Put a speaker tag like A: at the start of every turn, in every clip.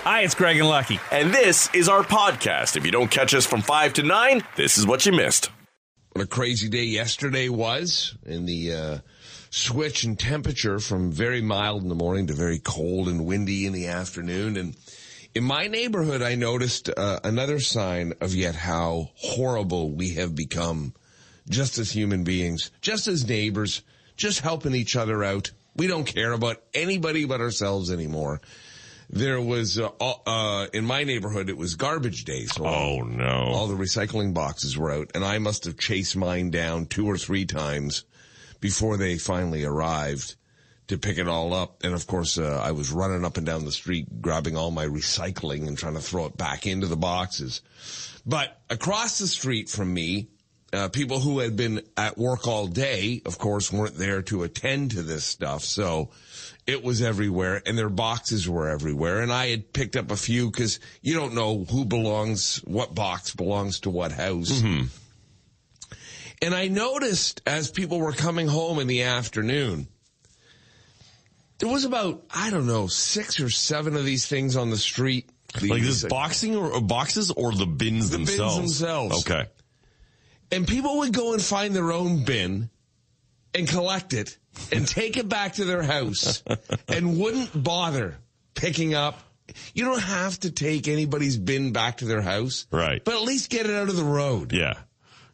A: Hi, it's Greg and Lucky.
B: And this is our podcast. If you don't catch us from 5 to 9, this is what you missed.
C: what a crazy day yesterday was in the uh, switch in temperature from very mild in the morning to very cold and windy in the afternoon. And in my neighborhood, I noticed uh, another sign of yet how horrible we have become just as human beings, just as neighbors, just helping each other out. We don't care about anybody but ourselves anymore. There was, uh, uh, in my neighborhood, it was garbage day. So
B: Oh, no.
C: all the recycling boxes were out, and I must have chased mine down two or three times before they finally arrived to pick it all up. And of course, uh, I was running up and down the street grabbing all my recycling and trying to throw it back into the boxes. But across the street from me, uh, people who had been at work all day, of course, weren't there to attend to this stuff. So it was everywhere and their boxes were everywhere. And I had picked up a few because you don't know who belongs, what box belongs to what house.
B: Mm-hmm.
C: And I noticed as people were coming home in the afternoon, there was about, I don't know, six or seven of these things on the street.
B: Like this
C: These-
B: boxing or, or boxes or the bins
C: The bins
B: themselves?
C: themselves.
B: Okay.
C: And people would go and find their own bin and collect it and take it back to their house and wouldn't bother picking up. You don't have to take anybody's bin back to their house.
B: Right.
C: But at least get it out of the road.
B: Yeah.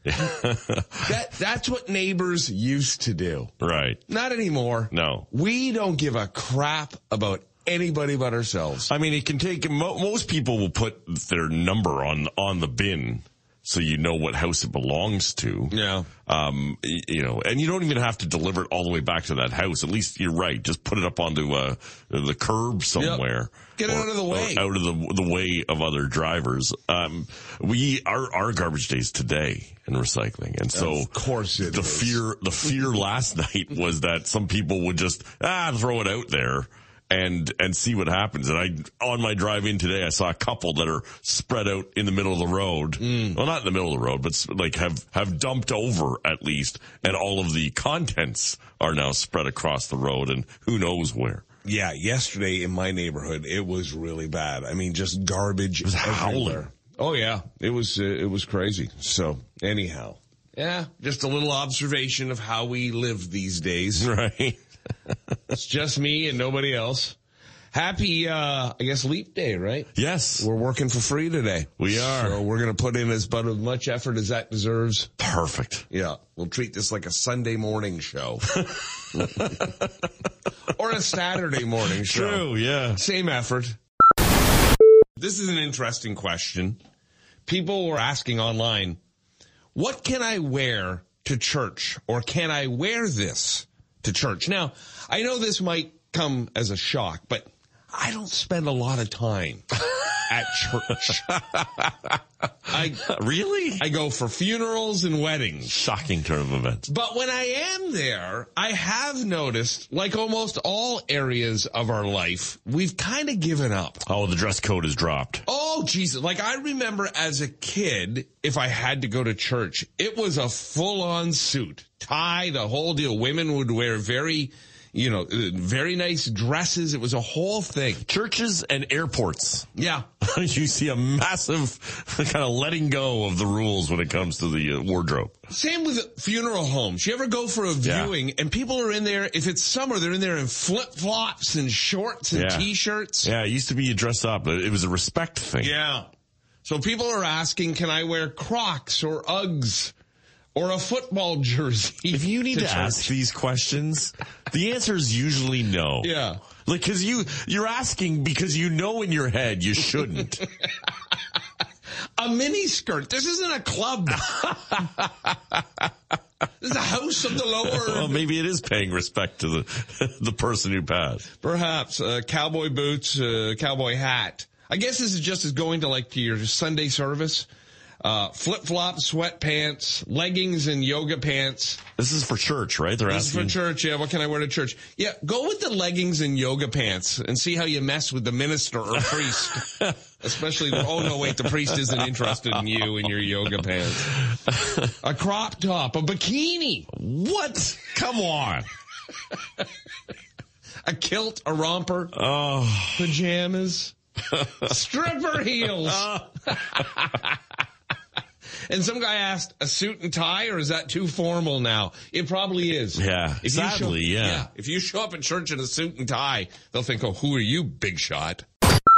C: That, that's what neighbors used to do.
B: Right.
C: Not anymore.
B: No.
C: We don't give a crap about anybody but ourselves.
B: I mean, it can take, mo- most people will put their number on, on the bin so you know what house it belongs to.
C: Yeah.
B: Um, y- you know, and you don't even have to deliver it all the way back to that house. At least you're right. Just put it up onto, uh, the curb somewhere.
C: Get it out of the way.
B: or out of the, the way of other drivers. Um, we, our, our garbage days today in recycling. And so.
C: Of course it
B: the
C: is.
B: fear, the fear last night was that some people would just, ah, throw it out there. And, and see what happens. And I, on my drive in today, I saw a couple that are spread out in the middle of the road. Well, not in the middle of the road, but s- like have, have dumped over at least. And all of the contents are now spread across the road and who knows where.
C: Yeah, yesterday in my neighborhood, it was really bad. I mean, just garbage. It was
B: howling.
C: Oh yeah, it was uh, it was crazy. So anyhow, yeah, just a little observation of how we live these days.
B: Right.
C: it's just me and nobody else. Happy, uh, I guess, leap day, right?
B: Yes.
C: We're working for free today.
B: We are.
C: So we're gonna put in as but as much effort as that deserves.
B: Perfect.
C: Yeah, we'll treat this like a Sunday morning show, or a Saturday morning show.
B: yeah.
C: Same effort. This is an interesting question. People were asking online, what can I wear to church or can I wear this to church? Now, I know this might come as a shock, but I don't spend a lot of time at church. I,
B: Uh, Really?
C: I go for funerals and weddings.
B: Shocking turn of events.
C: But when I am there, I have noticed, like almost all areas of our life, we've kind of given up.
B: Oh, the dress code is dropped.
C: Oh, Jesus. Like I remember as a kid, if I had to go to church, it was a full on suit, tie, the whole deal. Women would wear very, you know, uh, very nice dresses. It was a whole thing.
B: Churches and airports.
C: Yeah.
B: you see a massive kind of letting go of the rules when it comes to the uh, wardrobe.
C: Same with funeral homes. You ever go for a
B: Yeah.
C: viewing and people are in there, if it's summer, they're in there in flip flops and shorts and
B: Yeah.
C: t-shirts.
B: Yeah, it used to be you dress up. It was a respect thing.
C: Yeah. So people are asking, can I wear Crocs or Uggs or a football jersey?
B: If you need to,
C: church?
B: ask these questions, the answer is usually no.
C: Yeah.
B: Like, cause you, you're asking because you know in your head you shouldn't.
C: a mini skirt. This isn't a club. this is a house of the
B: well,
C: lower.
B: maybe it is paying respect to the, the person who passed.
C: Perhaps uh, cowboy boots, uh, cowboy hat. I guess this is just as going to like to your Sunday service. Uh, flip flops, sweatpants, leggings, and yoga pants.
B: This is for church, right? They're
C: This is
B: asking.
C: for church. Yeah, what can I wear to church? Yeah, go with the leggings and yoga pants and see how you mess with the minister or priest. Especially, the, oh no, wait, the priest isn't interested in you and your yoga pants. A crop top, a bikini,
B: What? Come on.
C: a kilt, a romper,
B: Oh,
C: pajamas. Stripper heels. and some guy asked, a suit and tie, or is that too formal now? It probably is.
B: Yeah.
C: If you show-
B: Sadly, yeah.
C: If you show up at church in a suit and tie, they'll think, oh, who are you, big shot?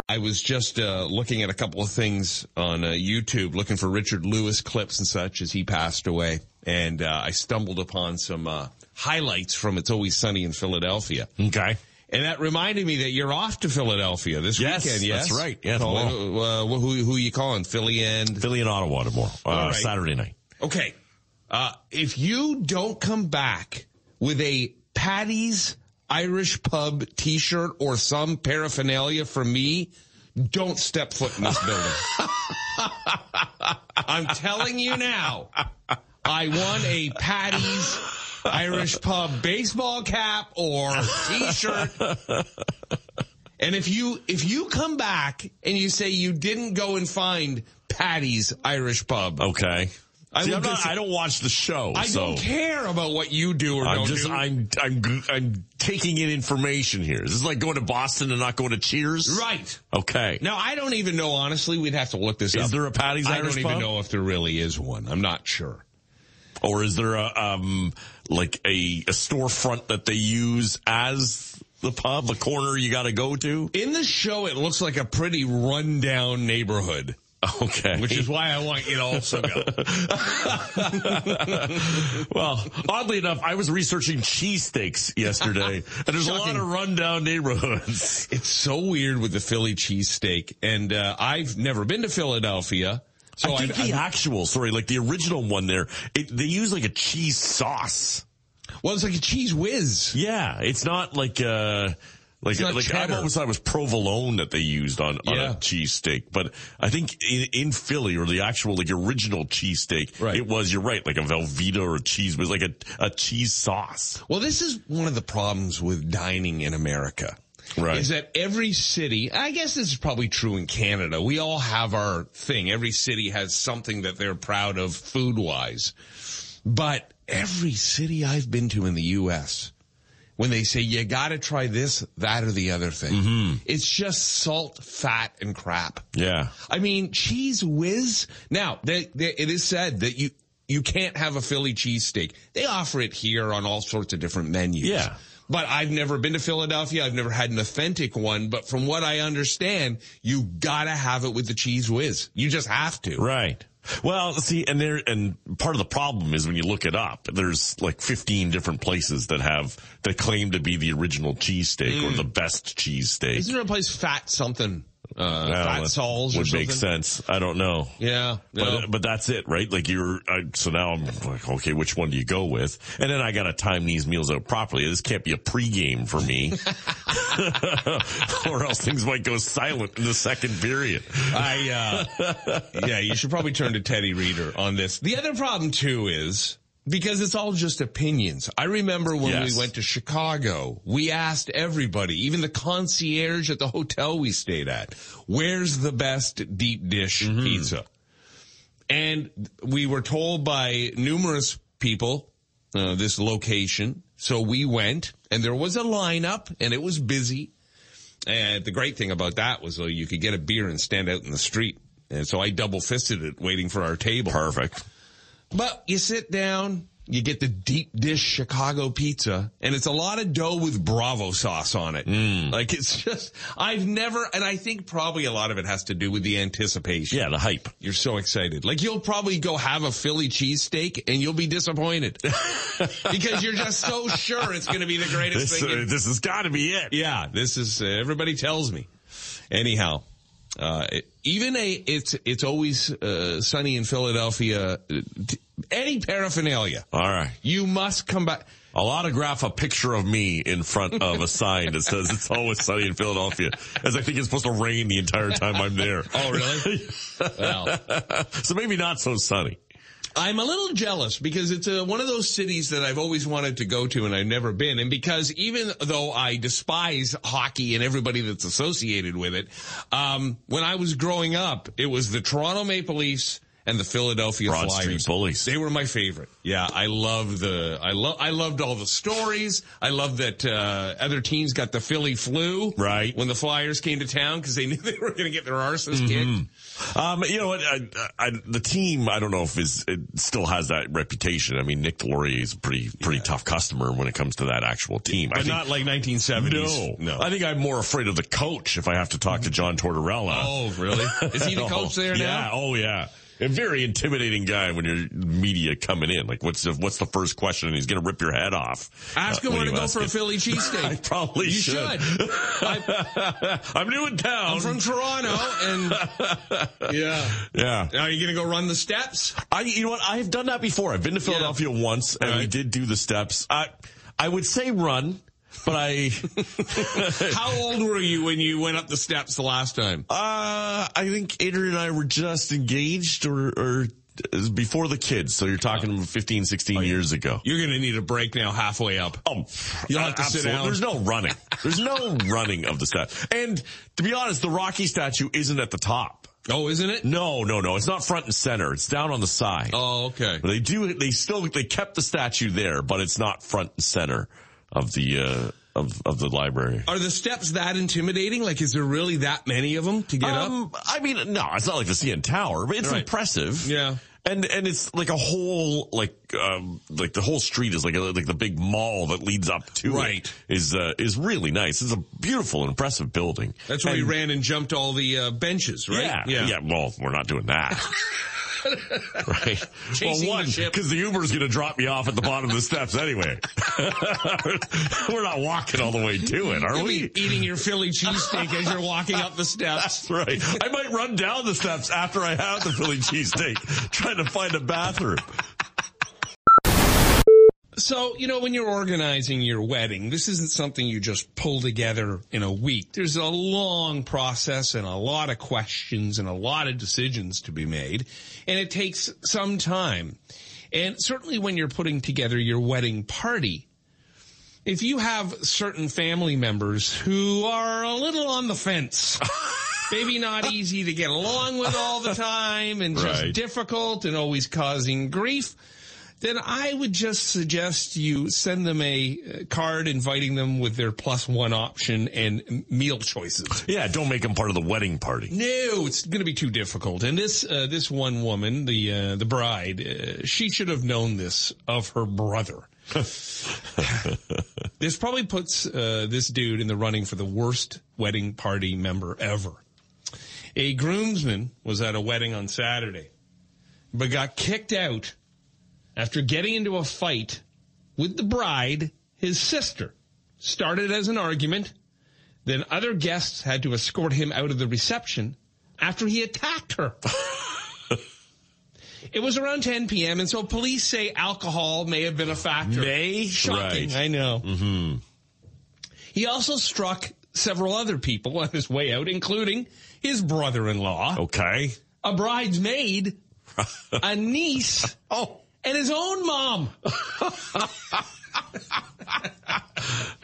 C: I was just uh, looking at a couple of things on uh, YouTube, looking for Richard Lewis clips and such as he passed away, and uh, I stumbled upon some uh, highlights from "It's Always Sunny in Philadelphia."
B: Okay.
C: And that reminded me that you're off to Philadelphia this
B: Yes,
C: weekend. Yes,
B: that's right. Yeah,
C: Call-
B: tomorrow.
C: uh, who who you calling? Philly and
B: Philly and Ottawa tomorrow, uh,
C: right.
B: Saturday night.
C: okay. Uh, if you don't come back with a Patty's Irish Pub T-shirt or some paraphernalia from me, don't step foot in this building. I'm telling you now. I won a Patty's Irish Pub baseball cap or T-shirt. And if you if you come back and you say you didn't go and find Patty's Irish Pub,
B: Okay.
C: I
B: See,
C: will
B: I'm not-
C: dis-
B: I don't watch the show.
C: I
B: so.
C: don't care about what you do or
B: I'm
C: don't
B: just,
C: do.
B: I'm, I'm, g- I'm taking in information here. This is like going to Boston and not going to Cheers.
C: right.
B: Okay.
C: Now I don't even know honestly, we'd have to look this up.
B: is there a Patty's
C: I
B: Irish
C: don't
B: pub?
C: even know if there really is one. I'm not sure.
B: Or is there a, um, like a, a storefront that they use as the pub, the corner you gotta go to?
C: In the show it looks like a pretty rundown neighborhood.
B: Okay.
C: Which is why I want you to also go.
B: well, oddly enough, I was researching cheesesteaks yesterday and there's a lot of rundown neighborhoods.
C: It's so weird with the Philly cheesesteak, and uh, I've never been to Philadelphia, so
B: I
C: I,
B: think the actual, sorry, like the original one there, it, they use like a cheese sauce.
C: well, it's like a cheese whiz.
B: Yeah, it's not like uh like
C: not
B: like I've
C: cheddar.
B: always thought it was provolone that they used on on
C: Yeah.
B: a cheesesteak, but I think in, in Philly or the actual like original cheesesteak,
C: Right.
B: it was you're right like a Velveeta or a cheese was like a a cheese sauce.
C: Well, this is one of the problems with dining in America.
B: Right.
C: Is that every city, I guess this is probably true in Canada. We all have our thing. Every city has something that they're proud of food wise. But every city I've been to in the U.S., when they say you got to try this, that, or the other thing, it's just salt, fat, and crap.
B: Yeah.
C: I mean, cheese whiz. Now, they, they, it is said that you you can't have a Philly cheesesteak. They offer it here on all sorts of different menus.
B: Yeah.
C: But I've never been to Philadelphia. I've never had an authentic one. But from what I understand, you gotta have it with the cheese whiz. You just have to.
B: Right. Well, see, and there, and part of the problem is when you look it up, there's like 15 different places that have, that claim to be the original cheesesteak or the best cheesesteak.
C: Mm. Isn't there a place fat something? Uh,
B: Well,
C: fat
B: that
C: Sols or
B: Would
C: something?
B: make sense. I don't know.
C: Yeah. no.
B: But, but that's it, right? Like you're, I, so now I'm like, okay, which one do you go with? And then I gotta time these meals out properly. This can't be a pregame for me. or else things might go silent in the second period.
C: I, uh, yeah, you should probably turn to Teddy Reader on this. The other problem too is because it's all just opinions. I remember when
B: Yes.
C: we went to Chicago, we asked everybody, even the concierge at the hotel we stayed at, where's the best deep dish pizza? And we were told by numerous people uh, this location. So we went and there was a lineup and it was busy. And the great thing about that was uh, you could get a beer and stand out in the street. And so I double fisted it waiting for our table.
B: Perfect.
C: But you sit down, you get the deep dish Chicago pizza, and it's a lot of dough with Bravo sauce on it.
B: Mm.
C: Like it's just, I've never, and I think probably a lot of it has to do with the anticipation.
B: Yeah, the hype.
C: You're so excited. Like you'll probably go have a Philly cheesesteak and you'll be disappointed because you're just so sure it's going to be the greatest
B: This,
C: thing.
B: uh,
C: you-
B: this has gotta be it.
C: yeah, this is uh, everybody tells me. Anyhow, uh, even a it's it's always uh, sunny in Philadelphia. uh, t- Any paraphernalia,
B: All right.
C: you must come back.
B: I'll autograph a picture of me in front of a sign that says it's always sunny in Philadelphia, as I think it's supposed to rain the entire time I'm there.
C: Oh, really? well,
B: So maybe not so sunny.
C: I'm a little jealous because it's uh one of those cities that I've always wanted to go to and I've never been. And because even though I despise hockey and everybody that's associated with it, um, when I was growing up, it was the Toronto Maple Leafs and the Philadelphia
B: Broad Street
C: Flyers.
B: Bullies.
C: They were my favorite. Yeah, I love the I love I loved all the stories. I love that uh, other teams got the Philly flu
B: Right.
C: when the Flyers came to town because they knew they were going to get their arses kicked.
B: Um, you know what? I, I, the team, I don't know if is it still has that reputation. I mean, Nick Delorier is a pretty pretty tough customer when it comes to that actual team. I
C: But
B: think,
C: not like 1970s.
B: no,
C: no.
B: I think I'm more afraid of the coach if I have to talk to John Tortorella.
C: oh, really? Is he the coach there
B: yeah,
C: now?
B: oh yeah. A very intimidating guy when you're media coming in. Like, what's the, what's the first question? He's going to rip your head off.
C: Ask
B: Uh,
C: him
B: when
C: where to
B: you
C: go
B: ask
C: for a
B: it.
C: Philly
B: I
C: cheesesteak.
B: probably
C: You
B: should.
C: should. I,
B: I'm new in town.
C: I'm from Toronto, and yeah.
B: yeah.
C: Are you going to go run the steps?
B: I, you know what? I have done that before. I've been to Philadelphia once, and we
C: Right.
B: did do the steps. I, I would say run, but I,
C: How old were you when you went up the steps the last time?
B: uh, I think Adrian and I were just engaged, or, or it was before the kids. So you're talking 15, 16 years ago.
C: You're going to need a break now halfway up.
B: Oh,
C: You'll have to sit
B: absolutely.
C: down.
B: There's no running. There's no running of the steps. And to be honest, the Rocky statue isn't at the top.
C: Oh, isn't it?
B: No, no, no. It's not front and center. It's down on the side.
C: Oh, okay.
B: But they do. They still. They kept the statue there, but it's not front and center of the uh, of of the library.
C: Are the steps that intimidating? Like, is there really that many of them to get up?
B: Um, I mean, no, it's not like the CN Tower, but it's
C: Right.
B: impressive.
C: Yeah.
B: And, and it's like a whole, like, um, like the whole street is like a, like the big mall that leads up to
C: Right.
B: it is, uh, is really nice. It's a beautiful and impressive building.
C: That's where
B: and,
C: he ran and jumped all the uh, benches, right?
B: Yeah, yeah. Well, we're not doing that. right.
C: Chasing the
B: well, one,
C: ship.
B: because the Uber's going to drop me off at the bottom of the steps anyway. we're not walking all the way to it, are
C: You'll
B: we?
C: be eating your Philly cheesesteak as you're walking up the steps.
B: Right. I might run down the steps after I have the Philly cheesesteak, trying to find a bathroom.
C: So, you know, when you're organizing your wedding, this isn't something you just pull together in a week. There's a long process and a lot of questions and a lot of decisions to be made. And it takes some time. And certainly when you're putting together your wedding party, if you have certain family members who are a little on the fence, maybe not easy to get along with all the time and just
B: Right.
C: difficult and always causing grief, then I would just suggest you send them a uh, card inviting them with their plus one option and m- meal choices.
B: Yeah, don't make them part of the wedding party.
C: No, it's going to be too difficult. And this uh, this one woman, the uh, the bride, uh, she should have known this of her brother. this probably puts uh, this dude in the running for the worst wedding party member ever. A groomsman was at a wedding on Saturday, but got kicked out after getting into a fight with the bride, his sister. Started as an argument. Then other guests had to escort him out of the reception after he attacked her. it was around 10 p.m. and so police say alcohol may have been a factor. May? Shocking.
B: Right.
C: I know. Mm-hmm. He also struck several other people on his way out, including his brother-in-law,
B: Okay.
C: a bridesmaid, a niece,
B: Oh.
C: and his own mom.
B: Uh,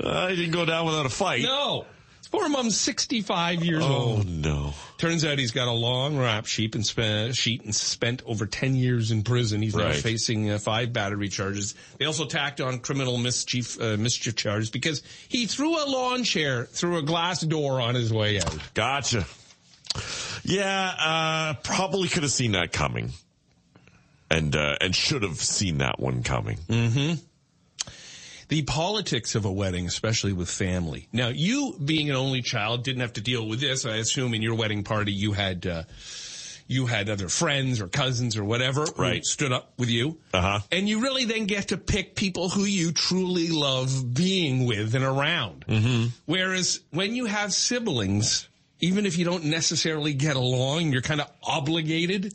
B: I didn't go down without a fight.
C: No. His poor mom's 65 years old.
B: Oh no.
C: Turns out he's got a long rap sheet and spent, sheet and spent over 10 years in prison. He's now
B: Right.
C: facing uh, five battery charges. They also tacked on criminal mischief, uh, mischief charges because he threw a lawn chair through a glass door on his way out.
B: Gotcha. Yeah, uh, probably could have seen that coming. And, uh, and should have seen that one coming.
C: The politics of a wedding, especially with family. Now, you being an only child didn't have to deal with this. I assume in your wedding party you had, uh, you had other friends or cousins or whatever who
B: Right.
C: stood up with you.
B: Uh-huh.
C: And you really then get to pick people who you truly love being with and around. Mm-hmm. Whereas when you have siblings, even if you don't necessarily get along, you're kind of obligated.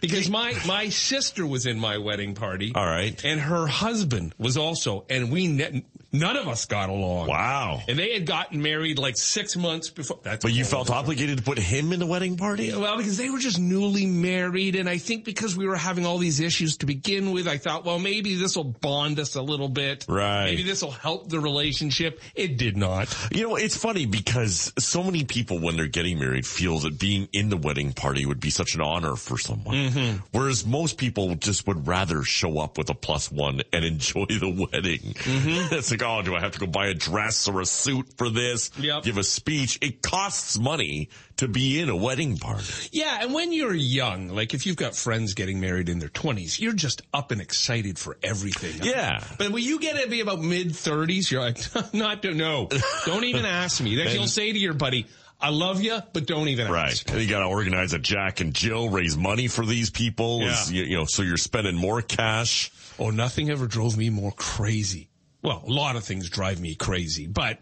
C: Because my, my sister was in my wedding party.
B: All right.
C: And her husband was also, and we ne-
A: None of us got along.
B: Wow.
A: And they had gotten married like six months before. That's
B: But you felt obligated to put him in the wedding party?
A: Well, because they were just newly married, and I think because we were having all these issues to begin with, I thought, well, maybe this will bond us a little bit.
B: Right.
A: Maybe this will help the relationship. It did not.
B: You know, it's funny because so many people when they're getting married feel that being in the wedding party would be such an honor for someone. Whereas most people just would rather show up with a plus one and enjoy the wedding. it's like, oh, do I have to go buy a dress or a suit for this?
A: Yep.
B: Give a speech. It costs money to be in a wedding party.
A: Yeah, and when you're young, like if you've got friends getting married in their 20s, you're just up and excited for everything.
B: Yeah.
A: But when you get to be about mid 30s, you're like, not to, no, don't even ask me. That you'll say to your buddy, I love you, but don't even
B: Right.
A: ask.
B: And you got to organize a Jack and Jill, raise money for these people.
A: Yeah.
B: Is- You, you know, so you're spending more cash.
A: Oh, nothing ever drove me more crazy. Well, a lot of things drive me crazy, but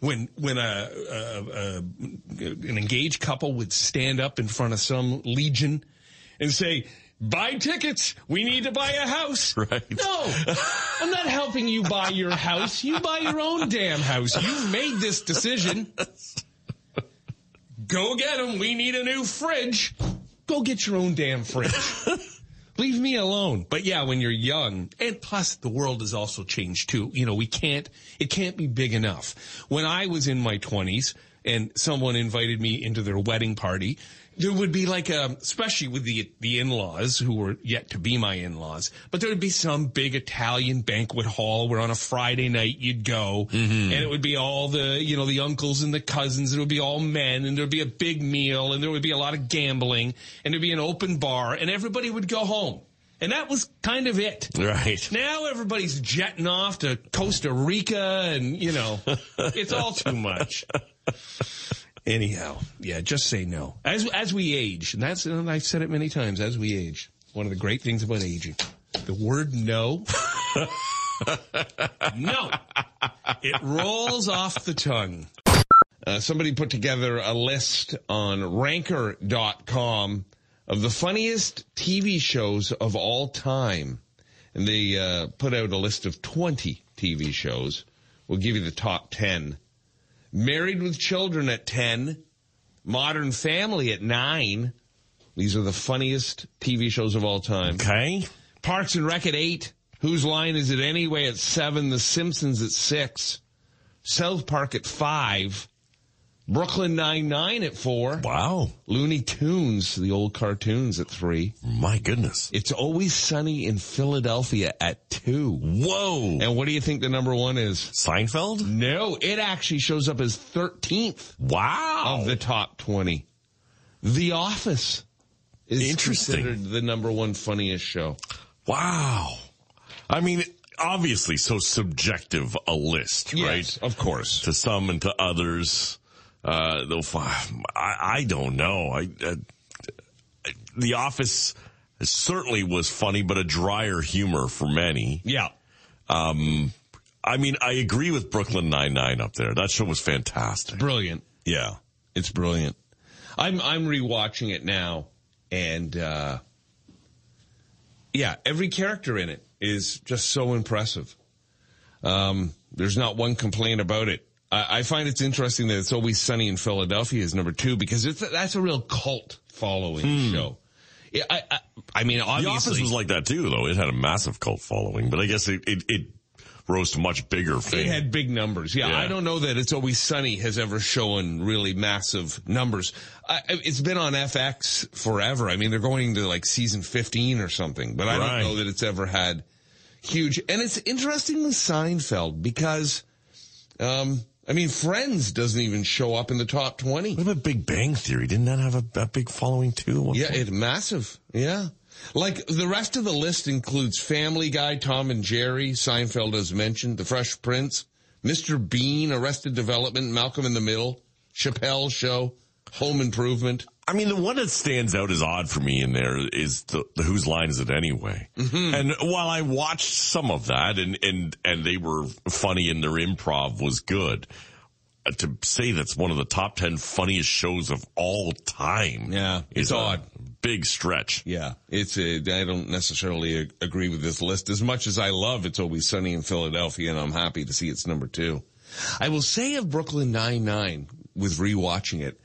A: when when a, a, a an engaged couple would stand up in front of some legion and say, "Buy tickets. We need to buy a house."
B: Right.
A: No, I'm not helping you buy your house. You buy your own damn house. You've made this decision. Go get them. We need a new fridge. Go get your own damn fridge. Leave me alone. But yeah, when you're young, and plus the world has also changed too. You know, we can't, it can't be big enough. When I was in my twenties and someone invited me into their wedding party, there would be like a, especially with the, the in-laws who were yet to be my in-laws, but there would be some big Italian banquet hall where on a Friday night you'd go and it would be all the, you know, the uncles and the cousins. It would be all men and there'd be a big meal and there would be a lot of gambling and there'd be an open bar and everybody would go home. And that was kind of it.
B: Right.
A: Now everybody's jetting off to Costa Rica and, you know, it's all too much. Anyhow, yeah, just say no. As, as we age, and that's, and I've said it many times, as we age, one of the great things about aging, the word no, no, it rolls off the tongue.
C: Uh, somebody put together a list on ranker.com of the funniest TV shows of all time. And they uh, put out a list of 20 TV shows. We'll give you the top 10. Married with Children at 10, Modern Family at 9. These are the funniest TV shows of all time.
B: Okay.
C: Parks and Rec at eight. Whose line is it anyway at seven? The Simpsons at six. South Park at five. Brooklyn Nine Nine at four.
B: Wow.
C: Looney Tunes, the old cartoons at three.
B: My goodness.
C: It's always sunny in Philadelphia at two.
B: Whoa.
C: And what do you think the number one is?
B: Seinfeld?
C: No, it actually shows up as 13th
B: Wow.
C: of the top 20. The Office is
B: Interesting.
C: considered the number one funniest show.
B: wow. I mean, obviously so subjective a list, right?
C: of course.
B: To some and to others. Uh, though, fi- I, I don't know. I, uh, the office certainly was funny, but a drier humor for many. Um,
A: Yeah.
B: I mean, I agree with Brooklyn Nine-Nine up there. That show was fantastic.
C: Brilliant.
B: Yeah.
C: It's brilliant. I'm I'm rewatching it now, and uh, yeah, every character in it is just so impressive. Um, there's not one complaint about it. I, I find it's interesting that it's always sunny in Philadelphia is number two because it's that's a real cult following show. Yeah, I, I I mean
B: Hmm. The
C: obviously
B: Office was like that too, though. It had a massive cult following, but I guess it, it, it rose to much bigger fame.
C: It had big numbers. Yeah,
B: Yeah.
C: I don't know that It's Always Sunny has ever shown really massive numbers. I, I- it's been on FX forever. I mean, they're going to like season 15 or something, but I
B: Right.
C: don't know that it's ever had huge. And it's interesting with Seinfeld because, um, I mean, Friends doesn't even show up in the top 20.
B: What about Big Bang Theory? Didn't that have a, a big following too?
C: Yeah, it massive. Yeah. Like the rest of the list includes Family Guy, Tom and Jerry, Seinfeld as mentioned, The Fresh Prince, Mr. Bean, Arrested Development, Malcolm in the Middle, Chappelle Show, Home Improvement.
B: I mean, the one that stands out as odd for me in there is the, the whose line is it anyway?
C: Mm-hmm.
B: And while I watched some of that and, and, and they were funny and their improv was good, uh, to say that's one of the top 10 funniest shows of all time
C: Yeah,
B: is
C: it's
B: a
C: odd.
B: big stretch.
C: Yeah, it's a, I don't necessarily a- agree with this list as much as I love It's Always Sunny in Philadelphia and I'm happy to see it's number two. I will say of Brooklyn Nine-Nine with rewatching it,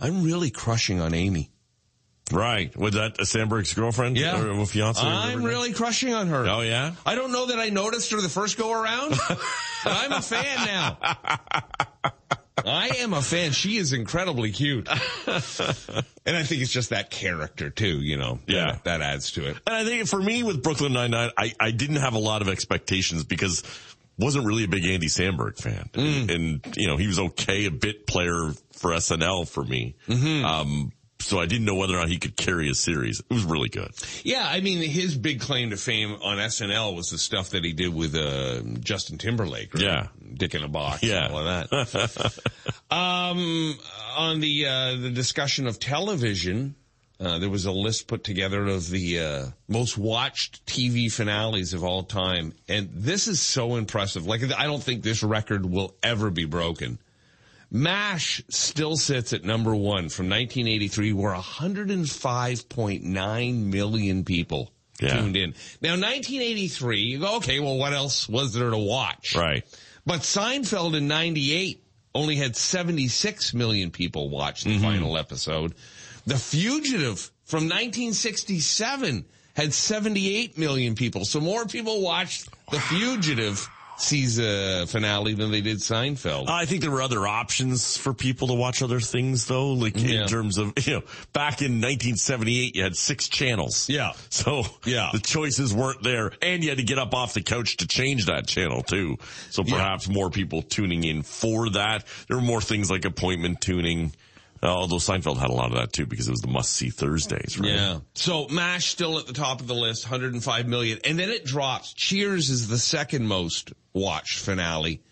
C: I'm really crushing on Amy.
B: Right. Was that uh, Sandberg's girlfriend? Or, or fiance? or whatever
C: I'm
B: her
C: really crushing on her.
B: name- Oh yeah.
C: I don't know that I noticed her the first go around, but I'm a fan now. I am a fan. She is incredibly cute. and I think it's just that character too, you know.
B: Yeah.
C: That, that adds to it.
B: And I think for me with Brooklyn Nine Nine, I, I didn't have a lot of expectations because wasn't really a big Andy Sandberg fan, and you know he was okay, a bit player for SNL for me. Um, so I didn't know whether or not he could carry a series. It was really good.
C: Yeah, I mean, his big claim to fame on SNL was the stuff that he did with uh, Justin Timberlake. Right?
B: Yeah.
C: Dick in a Box.
B: Yeah.
C: And all of that. um, on the uh, the discussion of television, uh, there was a list put together of the uh, most watched TV finales of all time, and this is so impressive. Like, I don't think this record will ever be broken. MASH still sits at number one from 1983, where 105.9 million people
B: Yeah.
C: tuned in. Now, 1983, okay, well, what else was there to watch?
B: Right.
C: But Seinfeld in 98 only had 76 million people watch the
B: Mm-hmm.
C: final episode. The Fugitive from 1967 had 78 million people. So more people watched The Fugitive season finale than they did Seinfeld.
B: I think there were other options for people to watch other things though, like
C: Yeah.
B: in terms of, you know, back in 1978, you had six channels.
C: Yeah.
B: So
C: Yeah.
B: the choices weren't there and you had to get up off the couch to change that channel too. So perhaps more people tuning in for that. There were more things like appointment tuning. Uh, although Seinfeld had a lot of that too because it was the must see Thursdays, right?
C: Yeah. So MASH still at the top of the list, 105 million. And then it drops. Cheers is the second most watched finale,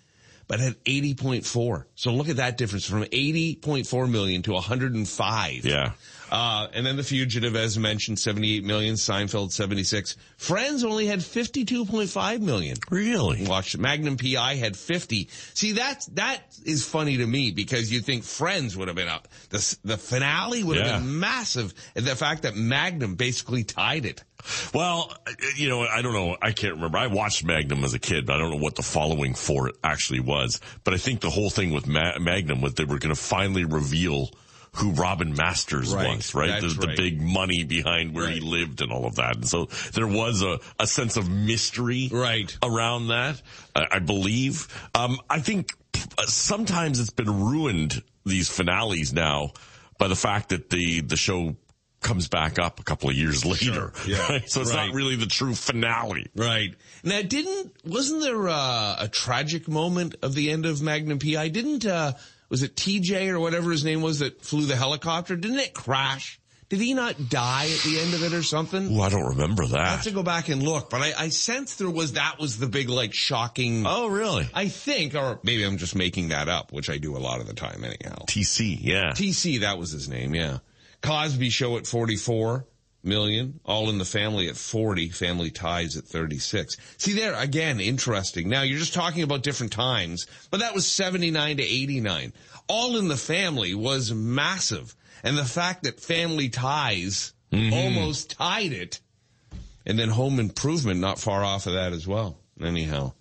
C: but at 80.4. So look at that difference from 80.4 million to 105.
B: Yeah.
C: Uh, and then The Fugitive, as mentioned, 78 million. Seinfeld, 76. Friends only had 52.5 million.
B: Really?
C: Watched Magnum PI had 50. See, that's, that is funny to me because you think Friends would have been up. The, s- the finale would
B: Yeah.
C: have been massive. And the fact that Magnum basically tied it.
B: Well, you know, I don't know. I can't remember. I watched Magnum as a kid, but I don't know what the following for it actually was. But I think the whole thing with Ma- Magnum was they were going to finally reveal who Robin Masters
C: Right.
B: was, right? The,
C: That's
B: the
C: right.
B: big money behind where he lived and all of that. And so there was a, a sense of mystery
C: Right.
B: around that, I, I believe. Um, I think uh, sometimes it's been ruined these finales now by the fact that the the show comes back up a couple of years later.
C: Yeah.
B: right? So it's
C: Right.
B: not really the true finale.
C: Right. Now didn't, wasn't there uh, a tragic moment of the end of Magnum PI? Didn't, uh, was it TJ or whatever his name was that flew the helicopter? Didn't it crash? Did he not die at the end of it or something?
B: Ooh, I don't remember
C: I have
B: that.
C: to go back and look, but I, I sense there was that was the big like shocking.
B: oh, really?
C: I think, or maybe I'm just making that up, which I do a lot of the time anyhow.
B: TC, yeah.
C: TC, that was his name, yeah. Cosby Show at 44 million. All in the Family at 40. Family Ties at 36. See there, again, interesting. Now you're just talking about different times, but that was 79 to 89. All in the Family was massive. And the fact that Family Ties almost tied it. And then Home Improvement not far off of that as well. Anyhow.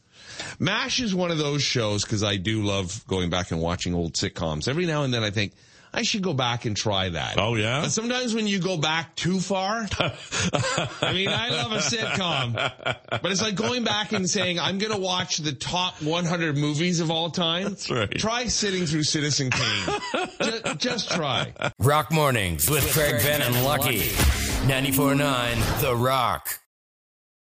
C: MASH is one of those shows because I do love going back and watching old sitcoms. Every now and then I think I should go back and try that.
B: Oh, yeah?
C: But sometimes when you go back too far, I mean, I love a sitcom, but it's like going back and saying, I'm going to watch the top 100 movies of all time. That's
B: right.
C: Try sitting through Citizen Kane. just, just try.
D: Rock Mornings with Craig Ben and Lucky. 94.9 The Rock.